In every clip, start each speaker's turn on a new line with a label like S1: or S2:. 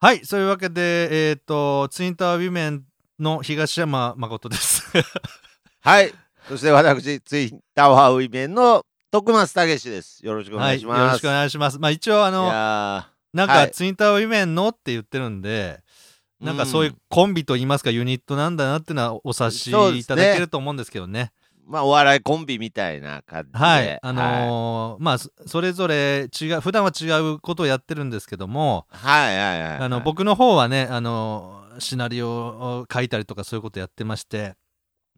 S1: はい、そういうわけで、えっ、と、ツインタワーウィメンの東山誠です。
S2: はい。そして私、ツイッターワーウイメンの徳松たけしです。よろしくお願いします。
S1: はい、よろしくお願いします。まあ一応、あ
S2: い
S1: の、
S2: や
S1: なん
S2: は
S1: か、
S2: い
S1: ツインタワーウィメンのって言ってるんで、
S2: ー
S1: なんかそういう。コンビと言いますか、ユニットなんだなっていうのはお察し
S2: そうですね
S1: いただけると思うんですけどね。
S2: んまあ、お笑いコンビみたいな感じで。
S1: はい、あのーまあ、そそれぞれ違う、普段は違うことをやってるんですけども、
S2: はい、はい、はいはいはい
S1: あの、僕の方はね、あのーシナリオを書いたりとかそういうことやってまして、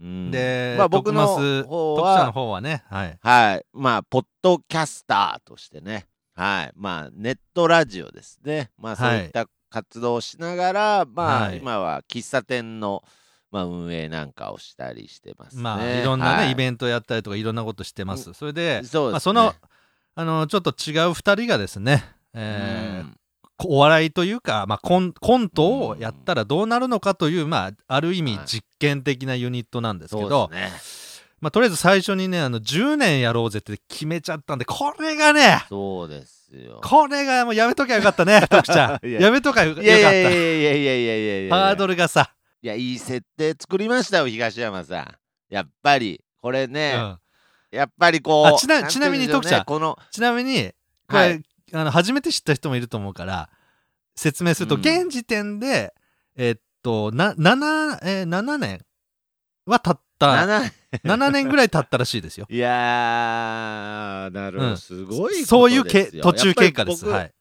S2: うん
S1: で、
S2: まあ、僕の
S1: 徳徳さん
S2: 方
S1: の
S2: は、
S1: 方はね、はい。
S2: はい。まあ、ポッドキャスターとしてね。はい。まあ、ネットラジオですね。まあ、そう
S1: はい
S2: いった活動をしながら、まあ、
S1: はい
S2: 今は喫茶店の、まあ、運営なんかをしたりしてますね。
S1: まあ、いろんなね、
S2: はい
S1: イベントやったりとかいろんなことしてます。それで、
S2: そうですね
S1: まあ、その、あの、ちょっと違う二人がですね、えー
S2: うん
S1: こお笑いというか、まあ、コンコントをやったらどうなるのかという、まあ、ある意味
S2: はい
S1: 実験的なユニットなんですけ
S2: そ
S1: ど
S2: う、ですね。
S1: まあ、とりあえず最初にね、あの、10年やろうぜって決めちゃったんで、これがね、
S2: そうですよ。
S1: これがもうやめときゃよかったね、徳ちゃん。
S2: いや
S1: やめときゃよか
S2: い
S1: っ
S2: やいやいや
S1: た。
S2: いやいやいやいやいやいや
S1: ハードルがさ、
S2: いやいい設定作りましたよ東山さんやっぱりこれ
S1: う
S2: ね、
S1: ん、
S2: やっぱりこ
S1: あ
S2: う
S1: ちな
S2: なんて言うんでしょ
S1: ちなみに
S2: うね
S1: 徳ちゃん
S2: この
S1: ちなみに、これ、
S2: はい
S1: あの初めて知った人もいると思うから説明すると、
S2: うん
S1: 現時点でえっとな 7,、えー7年は経った
S2: 七。
S1: 7年ぐらい経ったらしいですよ
S2: いやーなるほど、
S1: うん
S2: すごいことですよ
S1: そういうけ途中経過です。
S2: や
S1: は
S2: っぱり
S1: い、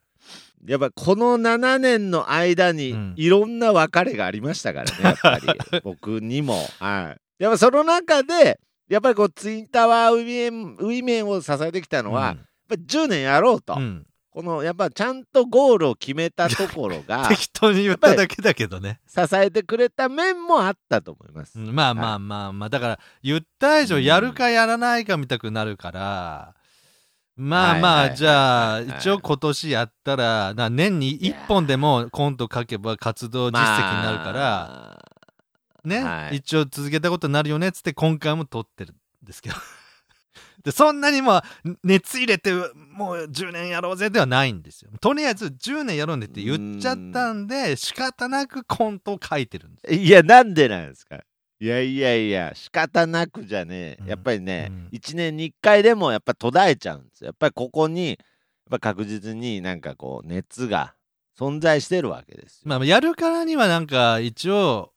S2: 僕やっぱこの7年の間
S1: う
S2: に
S1: ん
S2: いろんな別れがありましたからね、やっぱ り僕にもはいやっぱその中でやっぱりこうツインタワーウィメンウィメンを支えてきたのは、やっぱり10年やろうと、
S1: うんうん
S2: このやっぱちゃんとゴールを決めたところ が
S1: 適当に言っただけだけどね。
S2: 支えてくれた面もあったと思います。
S1: うんまあまあまあまあ、だから言った以上やるかやらないかみたくなるから、まあま
S2: はいはいはい
S1: あ
S2: はい
S1: じゃあ一応今年やったらな年に1本でもコント書けば活動実績になるから、
S2: まあ
S1: ね、
S2: はい
S1: 一応続けたことになるよねっつって今回も撮ってるんですけど でそんなにまあ熱入れてもう10年やろうぜではないんですよとりあえず10年やろうねって言っちゃったんで仕方なくコントを書いてるんです
S2: いやなんでなんですかいやいやいや仕方なくじゃね
S1: うん
S2: えやっぱりね、
S1: うん
S2: 1年に1回でもやっぱ途絶えちゃうんですよやっぱりここにやっぱ確実になんかこう熱が存在してるわけですよ。
S1: まあ、やるからにはなんか一応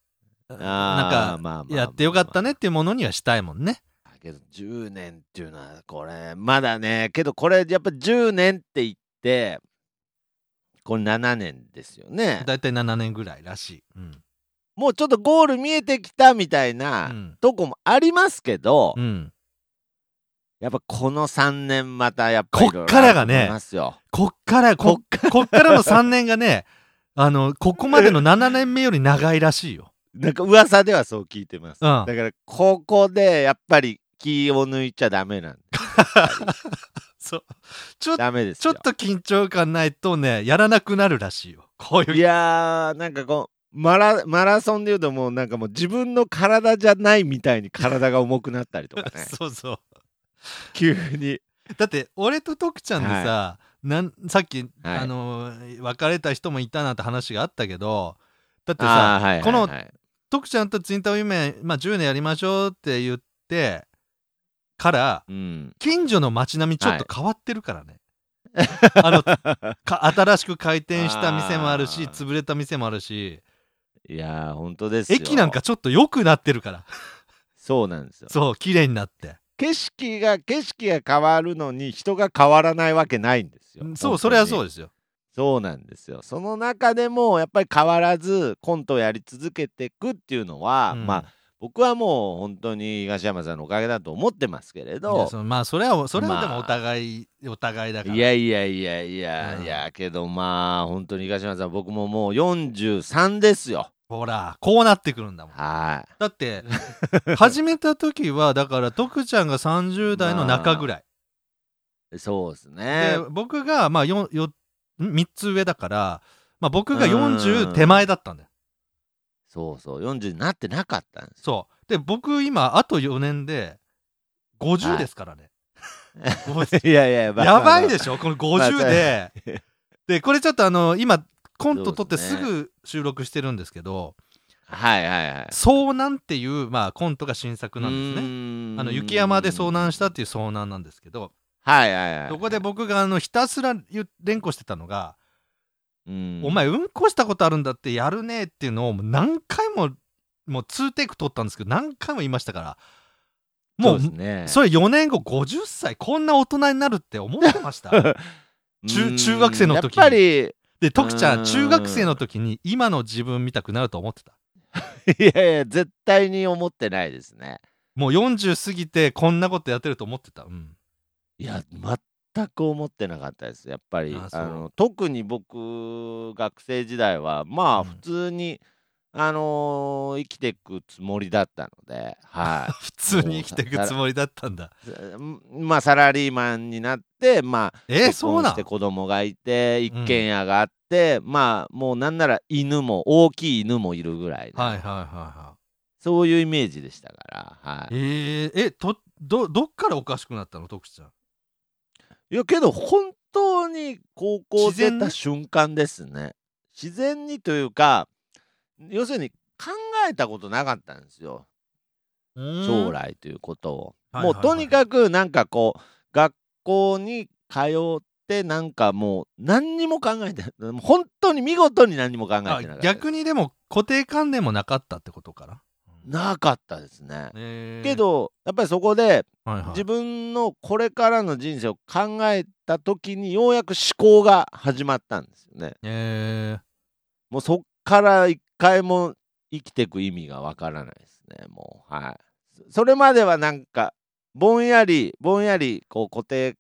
S1: なん
S2: あー
S1: か
S2: まあまあまあ
S1: やってよかったねっていうものにはしたいもんね。
S2: だけど10年っていうのはこれまだねけどこれやっぱ10年って言ってこれ7年ですよね
S1: だいたい7年ぐらいらしい。うん。。
S2: もうちょっとゴール見えてきたみたいうなんとこもありますけど、
S1: うん
S2: やっぱこの3年またやっぱ
S1: こっからがね
S2: いろいろあると思いますよ
S1: こっからこ
S2: こ
S1: こっからの3年がね、あのここまでの7年目より長いらしいよ。
S2: なんか噂ではそう聞いてます、
S1: うん
S2: だからここでやっぱり気を抜いちゃダメなんで
S1: そう。ちょ
S2: ダメです
S1: ちょ
S2: よ
S1: っと緊張感ないとね、やらなくなるらしいよ。 こういう。
S2: いやーなんかこうマラマラソンでいうともうなんかもう自分の体じゃないみたいに体が重くなったりとかね
S1: そうそう。
S2: 急に
S1: だって俺と徳ちゃんでさ、なんさっき、
S2: はい
S1: あのー別れた人もいたなんて話があったけどだってさ、
S2: あーはいはいはい
S1: この徳ちゃんとツインタウン夢、まあ、10年やりましょうって言ってから
S2: うん、
S1: 近所の街並みちょっと変わってるからね、 あのか新しく開店した店もあるし
S2: あー
S1: 潰れた店もあるし
S2: いやー本当ですよ
S1: 駅なんかちょっと良くなってるから
S2: そうなんですよ
S1: そう綺麗になって
S2: 景色が景色が変わるのに人が変わらないわけないんですよ
S1: そうそれはそう
S2: です
S1: ですよ
S2: そうなんですよその中でもやっぱり変わらずコントをやり続けていくっていうのは、
S1: うん
S2: まあ僕はもう本当に東山さんのおかげだと思ってますけれ
S1: い
S2: ど
S1: やそのまあそれはそれはで
S2: ま
S1: も
S2: あ
S1: お互い、お互いだから
S2: いやいやいやいや、
S1: うん
S2: いやけどまあ本当に東山さん僕ももう43ですよ
S1: ほらこうなってくるんだもん
S2: は
S1: だって 始めた時はだから徳ちゃんが30代の中ぐらい、
S2: いそうです
S1: で
S2: ね
S1: 僕がまあよよ3つ上だから、まあ、僕が
S2: う
S1: 40
S2: ん
S1: 手前だったんだよ
S2: そうそう40になってなかったんですよ
S1: そうで僕今あと4年で50ですからね、50
S2: いやいや、まあ
S1: やばい
S2: まあ
S1: でしょこの50で、でこれちょっとあの今コント撮ってす
S2: そうです
S1: ぐ収録してるんですけど
S2: はいはいはい
S1: 「遭難」っていう、まあ、コントが新作なんですね。
S2: ね
S1: あの雪山で遭難したっていう遭難なんですけど
S2: はいはいはい
S1: そこで僕があのひたすら言う連呼してたのが
S2: うん
S1: 「お前うんこしたことあるんだってやるね」っていうのをもう何回ももう2テイク撮ったんですけど何回も言いましたからもう
S2: そうですね
S1: それ4年後50歳こんな大人になるって思ってました 中
S2: うん
S1: 中学生の時に
S2: やっぱり
S1: で徳ちゃ
S2: うんん
S1: 中学生の時に今の自分見たくなると思ってた
S2: いやいや絶対に思ってないですね
S1: もう40過ぎてこんなことやってると思ってたうん
S2: いや全く思ってなかったですやっぱり
S1: あ
S2: あ
S1: そう
S2: の特に僕学生時代はま
S1: うん
S2: あ普通に、あのー生きていくつもりだったので、は
S1: 普通に生きていくつもりだったんだ
S2: いまあサラリーマンになってまあ
S1: えー、
S2: 結
S1: そう
S2: 婚
S1: な
S2: し
S1: ん
S2: て子供がいて
S1: うん
S2: 一軒家があって、まあもうなんなら犬も大きい犬もいるぐらいで、
S1: はいはいは
S2: そういうイメージでしたから、はい
S1: はいえー、えとどどっからおかしくなったの徳ちゃん
S2: いやけど本当に高校
S1: 自然
S2: 出
S1: に
S2: た瞬間ですね自然にというか要するに考えたことなかったんですよ将来ということを、
S1: はいは
S2: も
S1: いうはい
S2: とにかくなんかこう学校に通ってなんかもう何にも考えてもう本当に見事に何にも考えてなか
S1: あ
S2: ったです
S1: 逆にでも固定観念もなかったってことかな、
S2: なかったですね、
S1: えー
S2: け、どやっぱりそこで
S1: はいはい、
S2: 自分のこれからの人生を考えた時にようやく思考が始まったんですよね
S1: えー
S2: もうそっから一回も生きていく意味がわからないですね。もうはい。そそれまではなんかぼんやりぼんやりこう固定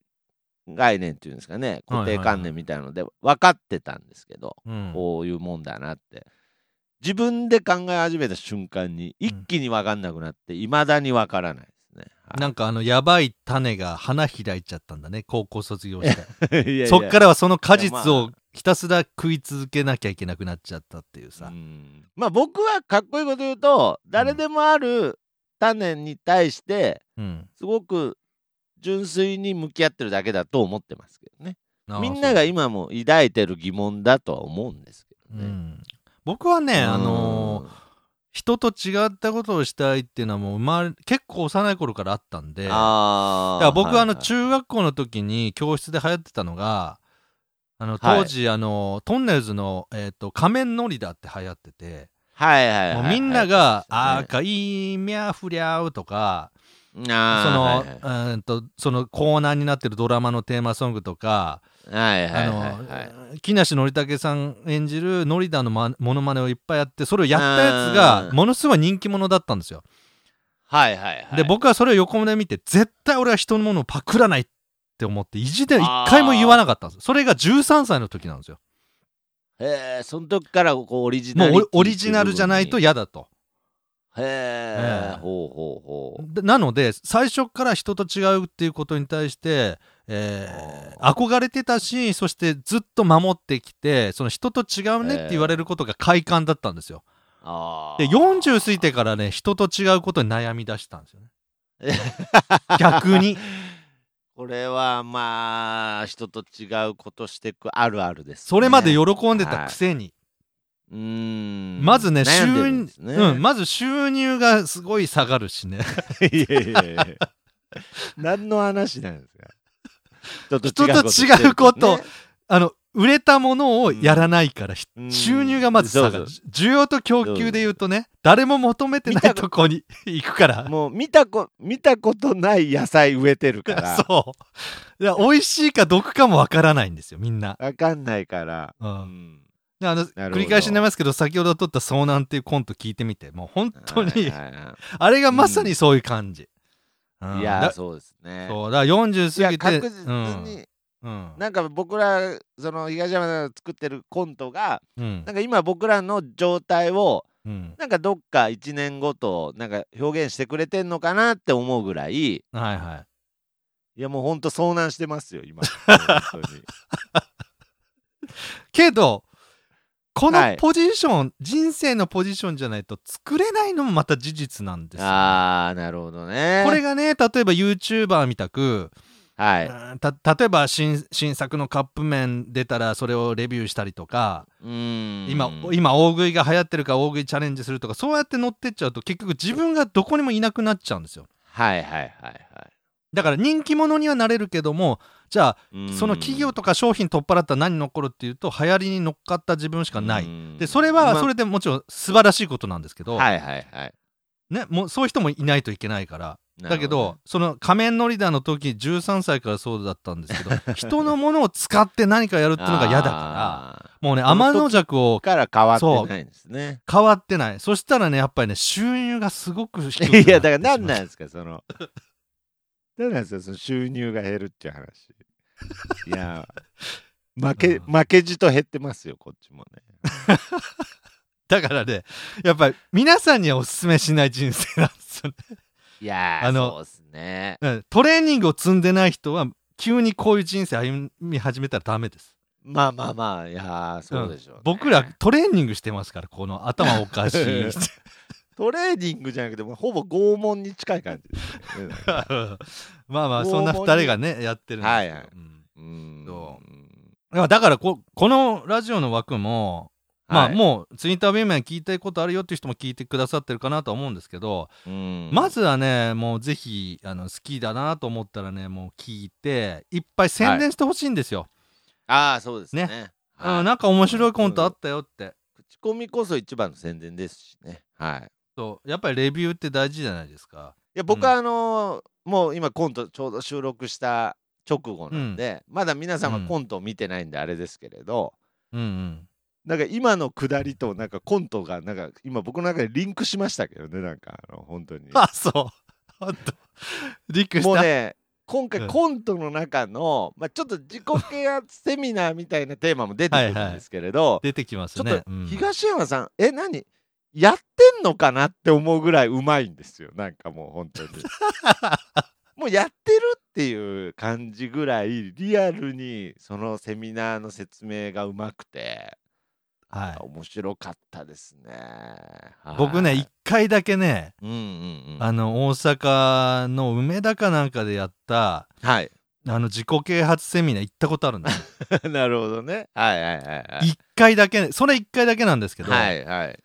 S2: 概念っていうんですかね
S1: はいはい
S2: 固
S1: はい
S2: 定観念みたいので分かってたんですけど、
S1: うん、
S2: こういうもんだなって自分で考え始めた瞬間に一気に分かんなくなっていまだに分からないですね。
S1: なんかあのやばい種が花開いちゃったんだね高校卒業して
S2: はいいやいや
S1: そっからはその果実
S2: いや
S1: をひたすら食い続けなきゃいけなくなっちゃったっていうさ、
S2: うんまあ僕はかっこいいこと言うと誰でもある種に対して、
S1: うん
S2: すごく純粋に向き合ってるだけだと思ってますけどね
S1: あー
S2: みんなが今も抱いてる疑問だとは思うんですけ
S1: そう
S2: ど
S1: う
S2: ね。
S1: ん僕はね、
S2: うん
S1: あのー人と違ったことをしたいっていうのはもう生まれ結構幼い頃からあったんで
S2: あ
S1: だ
S2: ー
S1: から僕はあの
S2: いい
S1: 中学校の時に教室で流行ってたのがあの
S2: はい
S1: 当時あのトンネルズの、えーと「仮面ノリダ」って流行ってて
S2: はいはいはい
S1: も
S2: は
S1: うみ
S2: い、
S1: んなが「あー
S2: そ
S1: かいみゃふりゃう」とか
S2: うです
S1: そ
S2: ね
S1: の
S2: あ
S1: う
S2: ー
S1: ーんとそのコーナーになってるドラマのテーマソングとか
S2: はいはい
S1: あ
S2: はいはい
S1: の
S2: はいはい
S1: 木梨憲武さん演じるノリダのまモノマネをいっぱいやってそれをやったやつが
S2: うん
S1: ものすごい人気者だったんですよ。
S2: はいはいはい
S1: で僕はそれを横目で見て絶対俺は人のものをパクらないって思って意地で一回も言わなかったんですそれが13歳の時なんですよ
S2: へーその時からこうオリジナ
S1: も
S2: ル
S1: うオリオリジナルじゃないと嫌だと
S2: へえ
S1: ええ
S2: ほうほうほう
S1: でなので最初から人と違うっていうことに対して、えー憧れてたしそしてずっと守ってきてその人と違うねって言われることが快感だったんですよ
S2: あ
S1: で
S2: ー
S1: 40過ぎてからね人と違うことに悩み出したんですよ ね逆に
S2: これはまあ人と違うことしてくあるあるです、ね、
S1: それまで喜んでたくせに
S2: うーん
S1: まずね
S2: 悩んでるんです
S1: 収
S2: ね
S1: うん、まず収入がすごい下がるしね
S2: いやいやいや何の話なんですか人
S1: 人と違うこと
S2: ね
S1: あの売れたものをやらないから、ひ
S2: うん
S1: 収入がまず下が
S2: そ
S1: る
S2: うそ
S1: 需要と供給で言うとね誰も求めてな
S2: 見
S1: い
S2: たこと
S1: こに 行くから
S2: もう見たこ見たことない野菜植えてるから
S1: そういや美味しいか毒かもわからないんですよみんな、
S2: わかんないから、
S1: う、
S2: うんん
S1: であの
S2: ほど
S1: 繰り返しになりますけど先ほど撮った「遭難」っていうコント聞いてみてもう本当に、
S2: はいはいは
S1: あれがまさにそういう感じ、うん
S2: いいや
S1: だ
S2: ーそうですね
S1: そうだから40
S2: い
S1: 過
S2: や
S1: ぎて
S2: 確実に、
S1: うんうん
S2: なんか僕らその東山さんが作ってるコントが
S1: うん
S2: なんか今僕らの状態を
S1: うん
S2: なんかどっか1年ごとなんか表現してくれてんのかなって思うぐらい
S1: はいはい
S2: いやもうほんと遭難してますよ今本 当に
S1: けどこ
S2: は
S1: の
S2: い
S1: ポジション、人生のポジションじゃないと作れないのもまた事実なんですよ
S2: ああなるほどね
S1: これがね例えば YouTuber みたく
S2: はい。
S1: うんた例えば新新作のカップ麺出たらそれをレビューしたりとか、今
S2: 今
S1: 今大食いが流行ってるから大食いチャレンジするとかそうやって乗ってっちゃうと結局自分がどこにもいなくなっちゃうんですよ
S2: はいはいはいは
S1: だから人気者にはなれるけどもじゃあ
S2: いうん。
S1: その企業とか商品取っ払ったら何残るっていうと流行りに乗っかった自分しかな
S2: う
S1: い
S2: ん
S1: でそれは
S2: まあ
S1: それでもちろん素晴らしいことなんですけど、
S2: はいはいはい。
S1: ね、もうそういう人もいないといけないからだけ
S2: なるほ
S1: どその仮面ノリダーの時13歳からそうだったんですけ ど人のものを使って何かやるっていうのが嫌だか
S2: あ
S1: らもうね
S2: その時
S1: 天の弱を
S2: ーから変わってないんですね。
S1: 変わってないそしたらねやっぱりね収入がすごく低くなって
S2: いやだからなん
S1: しま
S2: な
S1: うん
S2: ですかそ の。なんなんですかその収入が減るっていう話。い や負け
S1: うん
S2: 負けじと減ってますよこっちもね。
S1: だからねやっぱり皆さんにはおすすめしない人生なんですよね
S2: いやー
S1: あの
S2: そうですね。
S1: うん トレーニングを積んでない人は急にこういう人生歩み始めたらダメです
S2: まあまあまあいやーそうでしょうね、
S1: 僕らトレーニングしてますからこの頭おかしい
S2: トレーニングじゃなくてもうほぼ拷問に近い感じですよね。
S1: まあまあそんな2人がねやってるんです
S2: はい
S1: よ
S2: はい
S1: うん
S2: うん
S1: そいやだからここのラジオの枠も、まあ
S2: う、
S1: もうツイッタービーメン聞いたいことあるよっていう人も聞いてくださってるかなとは思うんですけど、
S2: うん
S1: まずはねもうぜひあの好きだなと思ったらねもう聞いていっぱい宣伝してほしいんですよ、
S2: ああそうですね。
S1: う
S2: は
S1: ん
S2: い
S1: なんか面白いコントあったよって、
S2: 口コミこそ一番の宣伝ですしね。はい。
S1: そうやっぱりレビューって大事じゃないですか
S2: いや僕はあのーもう今コントちょうど収録した直後なんで、まだ皆さんは
S1: うん
S2: コントを見てないんであれですけれど、
S1: うんうん
S2: なんか今のくだりとなんかコントがなんか今僕の中でリンクしましたけどねなんかあの本当に。
S1: あ そうほんとリックし
S2: もう
S1: た、
S2: ね今
S1: うん
S2: 回コントの中の、まあ、ちょっと自己啓発セミナーみたいなテーマも出てくるんですけれど、
S1: 出てきます
S2: ちょ
S1: ね
S2: っと
S1: うん
S2: 東山さん、え何やってんのかなって思うぐらいうまいんですよなんかもう本 当にもうやってるっていう感じぐらいリアルにそのセミナーの説明がうまくて、
S1: はい、
S2: 面白かったですね、はい
S1: 僕ね1回だけね
S2: うんうんうん
S1: あの大阪の梅田かなんかでやった
S2: はい
S1: あの自己啓発セミナー行ったことあるんですよ
S2: なるほどねはいはいはい はい
S1: 1回だけそれ1回だけなんですけど、
S2: はいはい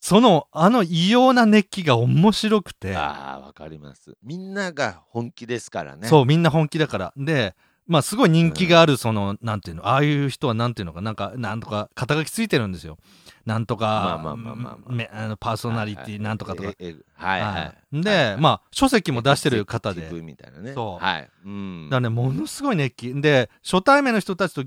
S1: そのあの異様な熱気が面白くて、
S2: あーわかりますみんなが本気ですからね
S1: そうみんな本気だからでまあすごい人気があるその、なんていうのああいう人はなんていうのかなんかなんとか肩書きついてるんですよなんと
S2: まあ
S1: か
S2: まあまあまあまあ
S1: めあのパーソナリテ
S2: はいはい
S1: ィなんとかとか、
S2: ええはいはい
S1: で、
S2: はいはい
S1: まあ書籍も出してる方で
S2: エグゼクティブみたいなね
S1: そう
S2: はいうん
S1: だからねものすごい熱気で初対面の人たちと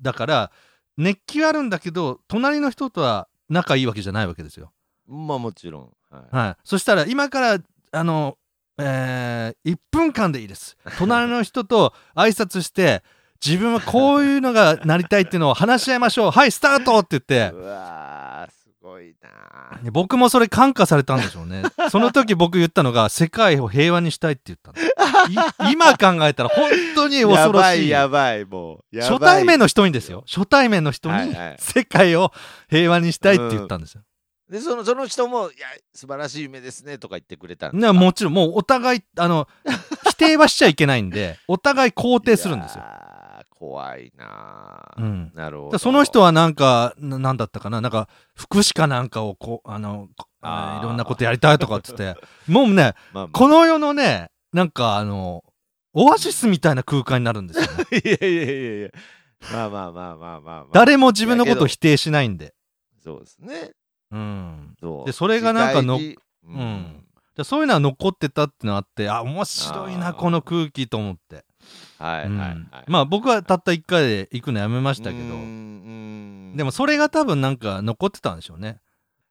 S1: だから熱気はあるんだけど隣の人とは仲いいわけじゃないわけですよ。
S2: まあもちろんはい
S1: はい、そしたら今からあの、え1分間でいいです隣の人と挨拶して自分はこういうのがなりたいっていうのを話し合いましょう はいスタートって言って
S2: うわーすごいなー
S1: ね僕もそれ感化されたんでしょうねその時僕言ったのが世界を平和にしたいって言ったのい今考えたら本当に 恐
S2: や
S1: ろ
S2: ば
S1: し
S2: い
S1: い
S2: やばいもうやばい
S1: 初対面の人にですよ初対面の人
S2: はい
S1: に
S2: はい
S1: 世界を平和にしたいって言ったんですよ。
S2: でそのその人も「いや素晴らしい夢ですね」とか言ってくれたんです
S1: ね
S2: か
S1: もちろんもうお互いあ の否定はしちゃいけないんでお互い肯定するんですよ
S2: い。やー怖いな
S1: う
S2: ー
S1: ん、
S2: なるほ
S1: で
S2: ど
S1: その人はなんかななんだったかななんか福祉かなんかをこうあのこあ
S2: あ
S1: ーい
S2: ー
S1: ろんなことやりたいとかって言ってもうね
S2: まあまあ
S1: この世のねなんかあのオアシスみたいな空間になるんです よ、ね、
S2: いやいやいやいやまあまあまあまあまあまあ
S1: 誰も自分のことを否定しないんで。
S2: そうですね
S1: うん、
S2: そう
S1: でそれがなんかの
S2: 時代に
S1: うんでそういうのは残ってたってのあってあ面白い
S2: あ
S1: な
S2: ー
S1: この空気と思って、
S2: はいはいはい、
S1: うんまあ僕はたった1回で行くのやめま
S2: ま
S1: したけどで
S2: で
S1: もそれが多分なんか残ってたんでしょうね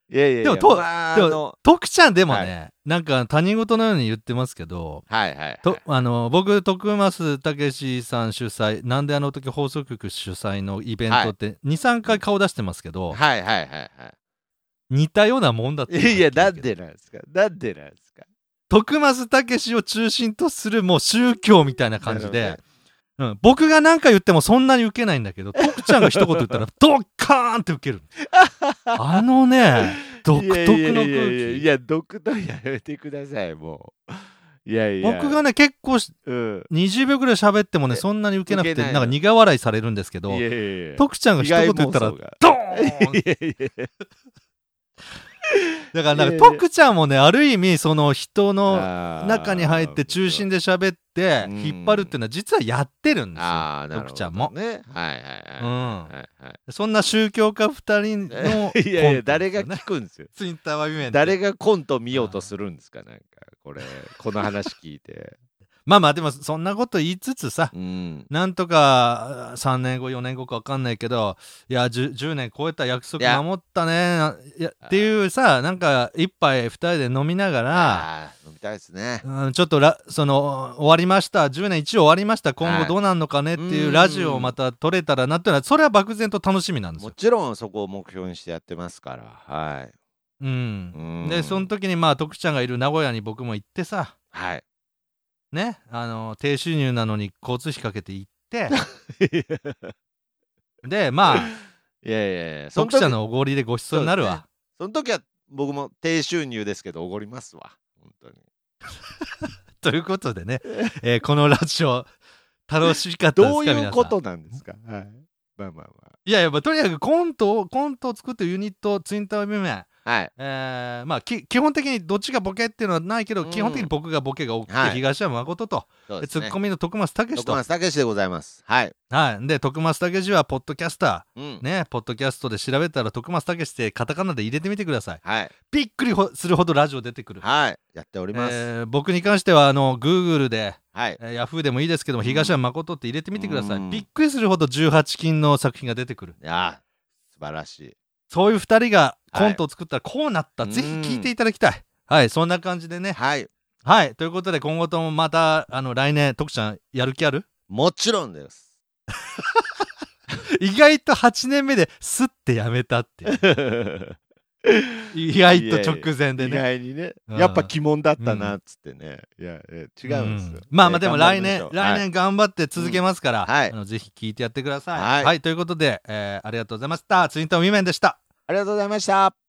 S2: いやいやいや
S1: でもと
S2: まあ
S1: でも
S2: あの
S1: 徳ちゃんでもね、なんか他人事のように言ってますけど
S2: はいはいはい
S1: とあの僕徳増武史さん主催なんであの時放送局主催のイベントって23回顔出してますけど、
S2: はいはいはいは
S1: 似たようなもんだって
S2: いいやなんでなんですかなんでなんですか
S1: 徳増武史を中心とするもう宗教みたいな感じで、
S2: なる
S1: うん、僕が何か言ってもそんなにウケないんだけど徳ちゃんが一言言 ったらドッカーンってウケるあのね
S2: ほ
S1: 独
S2: どね
S1: 特の空
S2: いやいやいやいやい
S1: 気
S2: や独特やめてくださいもういやいや
S1: 僕がね結構し
S2: うん
S1: 20秒ぐらい喋ってもねそんなに受けなく
S2: ウケ
S1: て
S2: ない
S1: なんか苦笑いされるんですけど
S2: いやいやいや
S1: 徳ちゃんが一言言ったらド
S2: 被害妄想が
S1: ーン
S2: いやい や
S1: だからなん
S2: いやい
S1: か
S2: や
S1: 徳ちゃんもねある意味その人の
S2: あー
S1: 中に入って中心で喋って
S2: うん
S1: 引っ張るっていうのは実はやってるんですよ。
S2: ああなるほど
S1: 徳ちゃんも
S2: ねはいは
S1: う
S2: いはい
S1: ん
S2: はいはい
S1: そんな宗教家二人の
S2: いや
S1: コ
S2: いや
S1: ント
S2: 誰
S1: ですよ
S2: が
S1: ね
S2: 聞くんですよ
S1: ツイッターは見えん
S2: 誰がコント見ようとするんですかなんかこれこの話聞いて
S1: まあまあでもそんなこと言いつつさ
S2: うん
S1: なんとか3年後4年後か分かんないけどいや 10, 10年超えた約
S2: いや
S1: 束守ったねいやっていうさなんか一杯2人で飲みながら、
S2: あー飲みたいですね
S1: うん、ちょっとらその終わりました10年一応終わりました今
S2: は
S1: 後
S2: い
S1: どうなんのかねっていううんラジオをまた撮れたらなっていうのはそれは漠然と楽しみなんです
S2: も
S1: よ。
S2: ちろんそこを目標にしてやってますからはい
S1: うん
S2: うん
S1: でその時にまあ徳ちゃんがいる名古屋に僕も行ってさ
S2: はい
S1: ねあの低収入なのに交通費かけて行 って。でまあ
S2: いやいやい やその
S1: 読
S2: 時
S1: 者のおごりでご馳走になるわ、
S2: その時は僕も低収入ですけどおごりますわ本当に
S1: ということでね、えーこのラジオ楽しかったですか
S2: どういうこ
S1: 皆さん
S2: となんですかはいまあまあ
S1: いやいやまあとにかくコントをコントを作ってるユニットツインタワービメン
S2: まあはい
S1: えーまあき基本的にどっちがボケっていうのはないけど、
S2: うん
S1: 基本的に僕がボケが多くて、
S2: はい
S1: 東山誠と、
S2: そう
S1: で
S2: です
S1: ツ
S2: ね
S1: ッコミの徳松武
S2: 徳
S1: と、
S2: 松武でございますはい
S1: はい、で徳松武はポッドキャスタ
S2: うん
S1: ーねポッドキャストで調べたら徳松武ってカタカナで入れてみてください
S2: はい
S1: びっくりほするほどラジオ出てくる、
S2: はいやっております、
S1: えー僕に関してはあの Google で
S2: はい
S1: えー、ヤフーでもいいですけども、
S2: うん
S1: 東山誠って入れてみてください、
S2: うん
S1: びっくりするほど18金の作品が出てくる
S2: いやー素晴らしい
S1: そういう2人が
S2: はい
S1: コントを作ったらこうなった、
S2: うん
S1: ぜひ聞いていただきたいはいそんな感じでね
S2: はい
S1: はいということで今後ともまたあの来年徳ちゃんやる気ある
S2: もちろんです
S1: 意外と8年目でスッてやめたっていう 意外と直前で
S2: 意
S1: ね
S2: 外にね、
S1: うん
S2: やっぱ鬼門だったなっつってね、いやえ違うんですよ、
S1: うんまあまあでも来
S2: え
S1: 年
S2: ー頑
S1: 来
S2: 張りましょ
S1: 年頑張って続けますから、
S2: うんはい
S1: あのぜひ聞いてやってください。
S2: はい
S1: ということで、えーありがとうございましたツイントンウィメンでした。
S2: うはいありがとうございました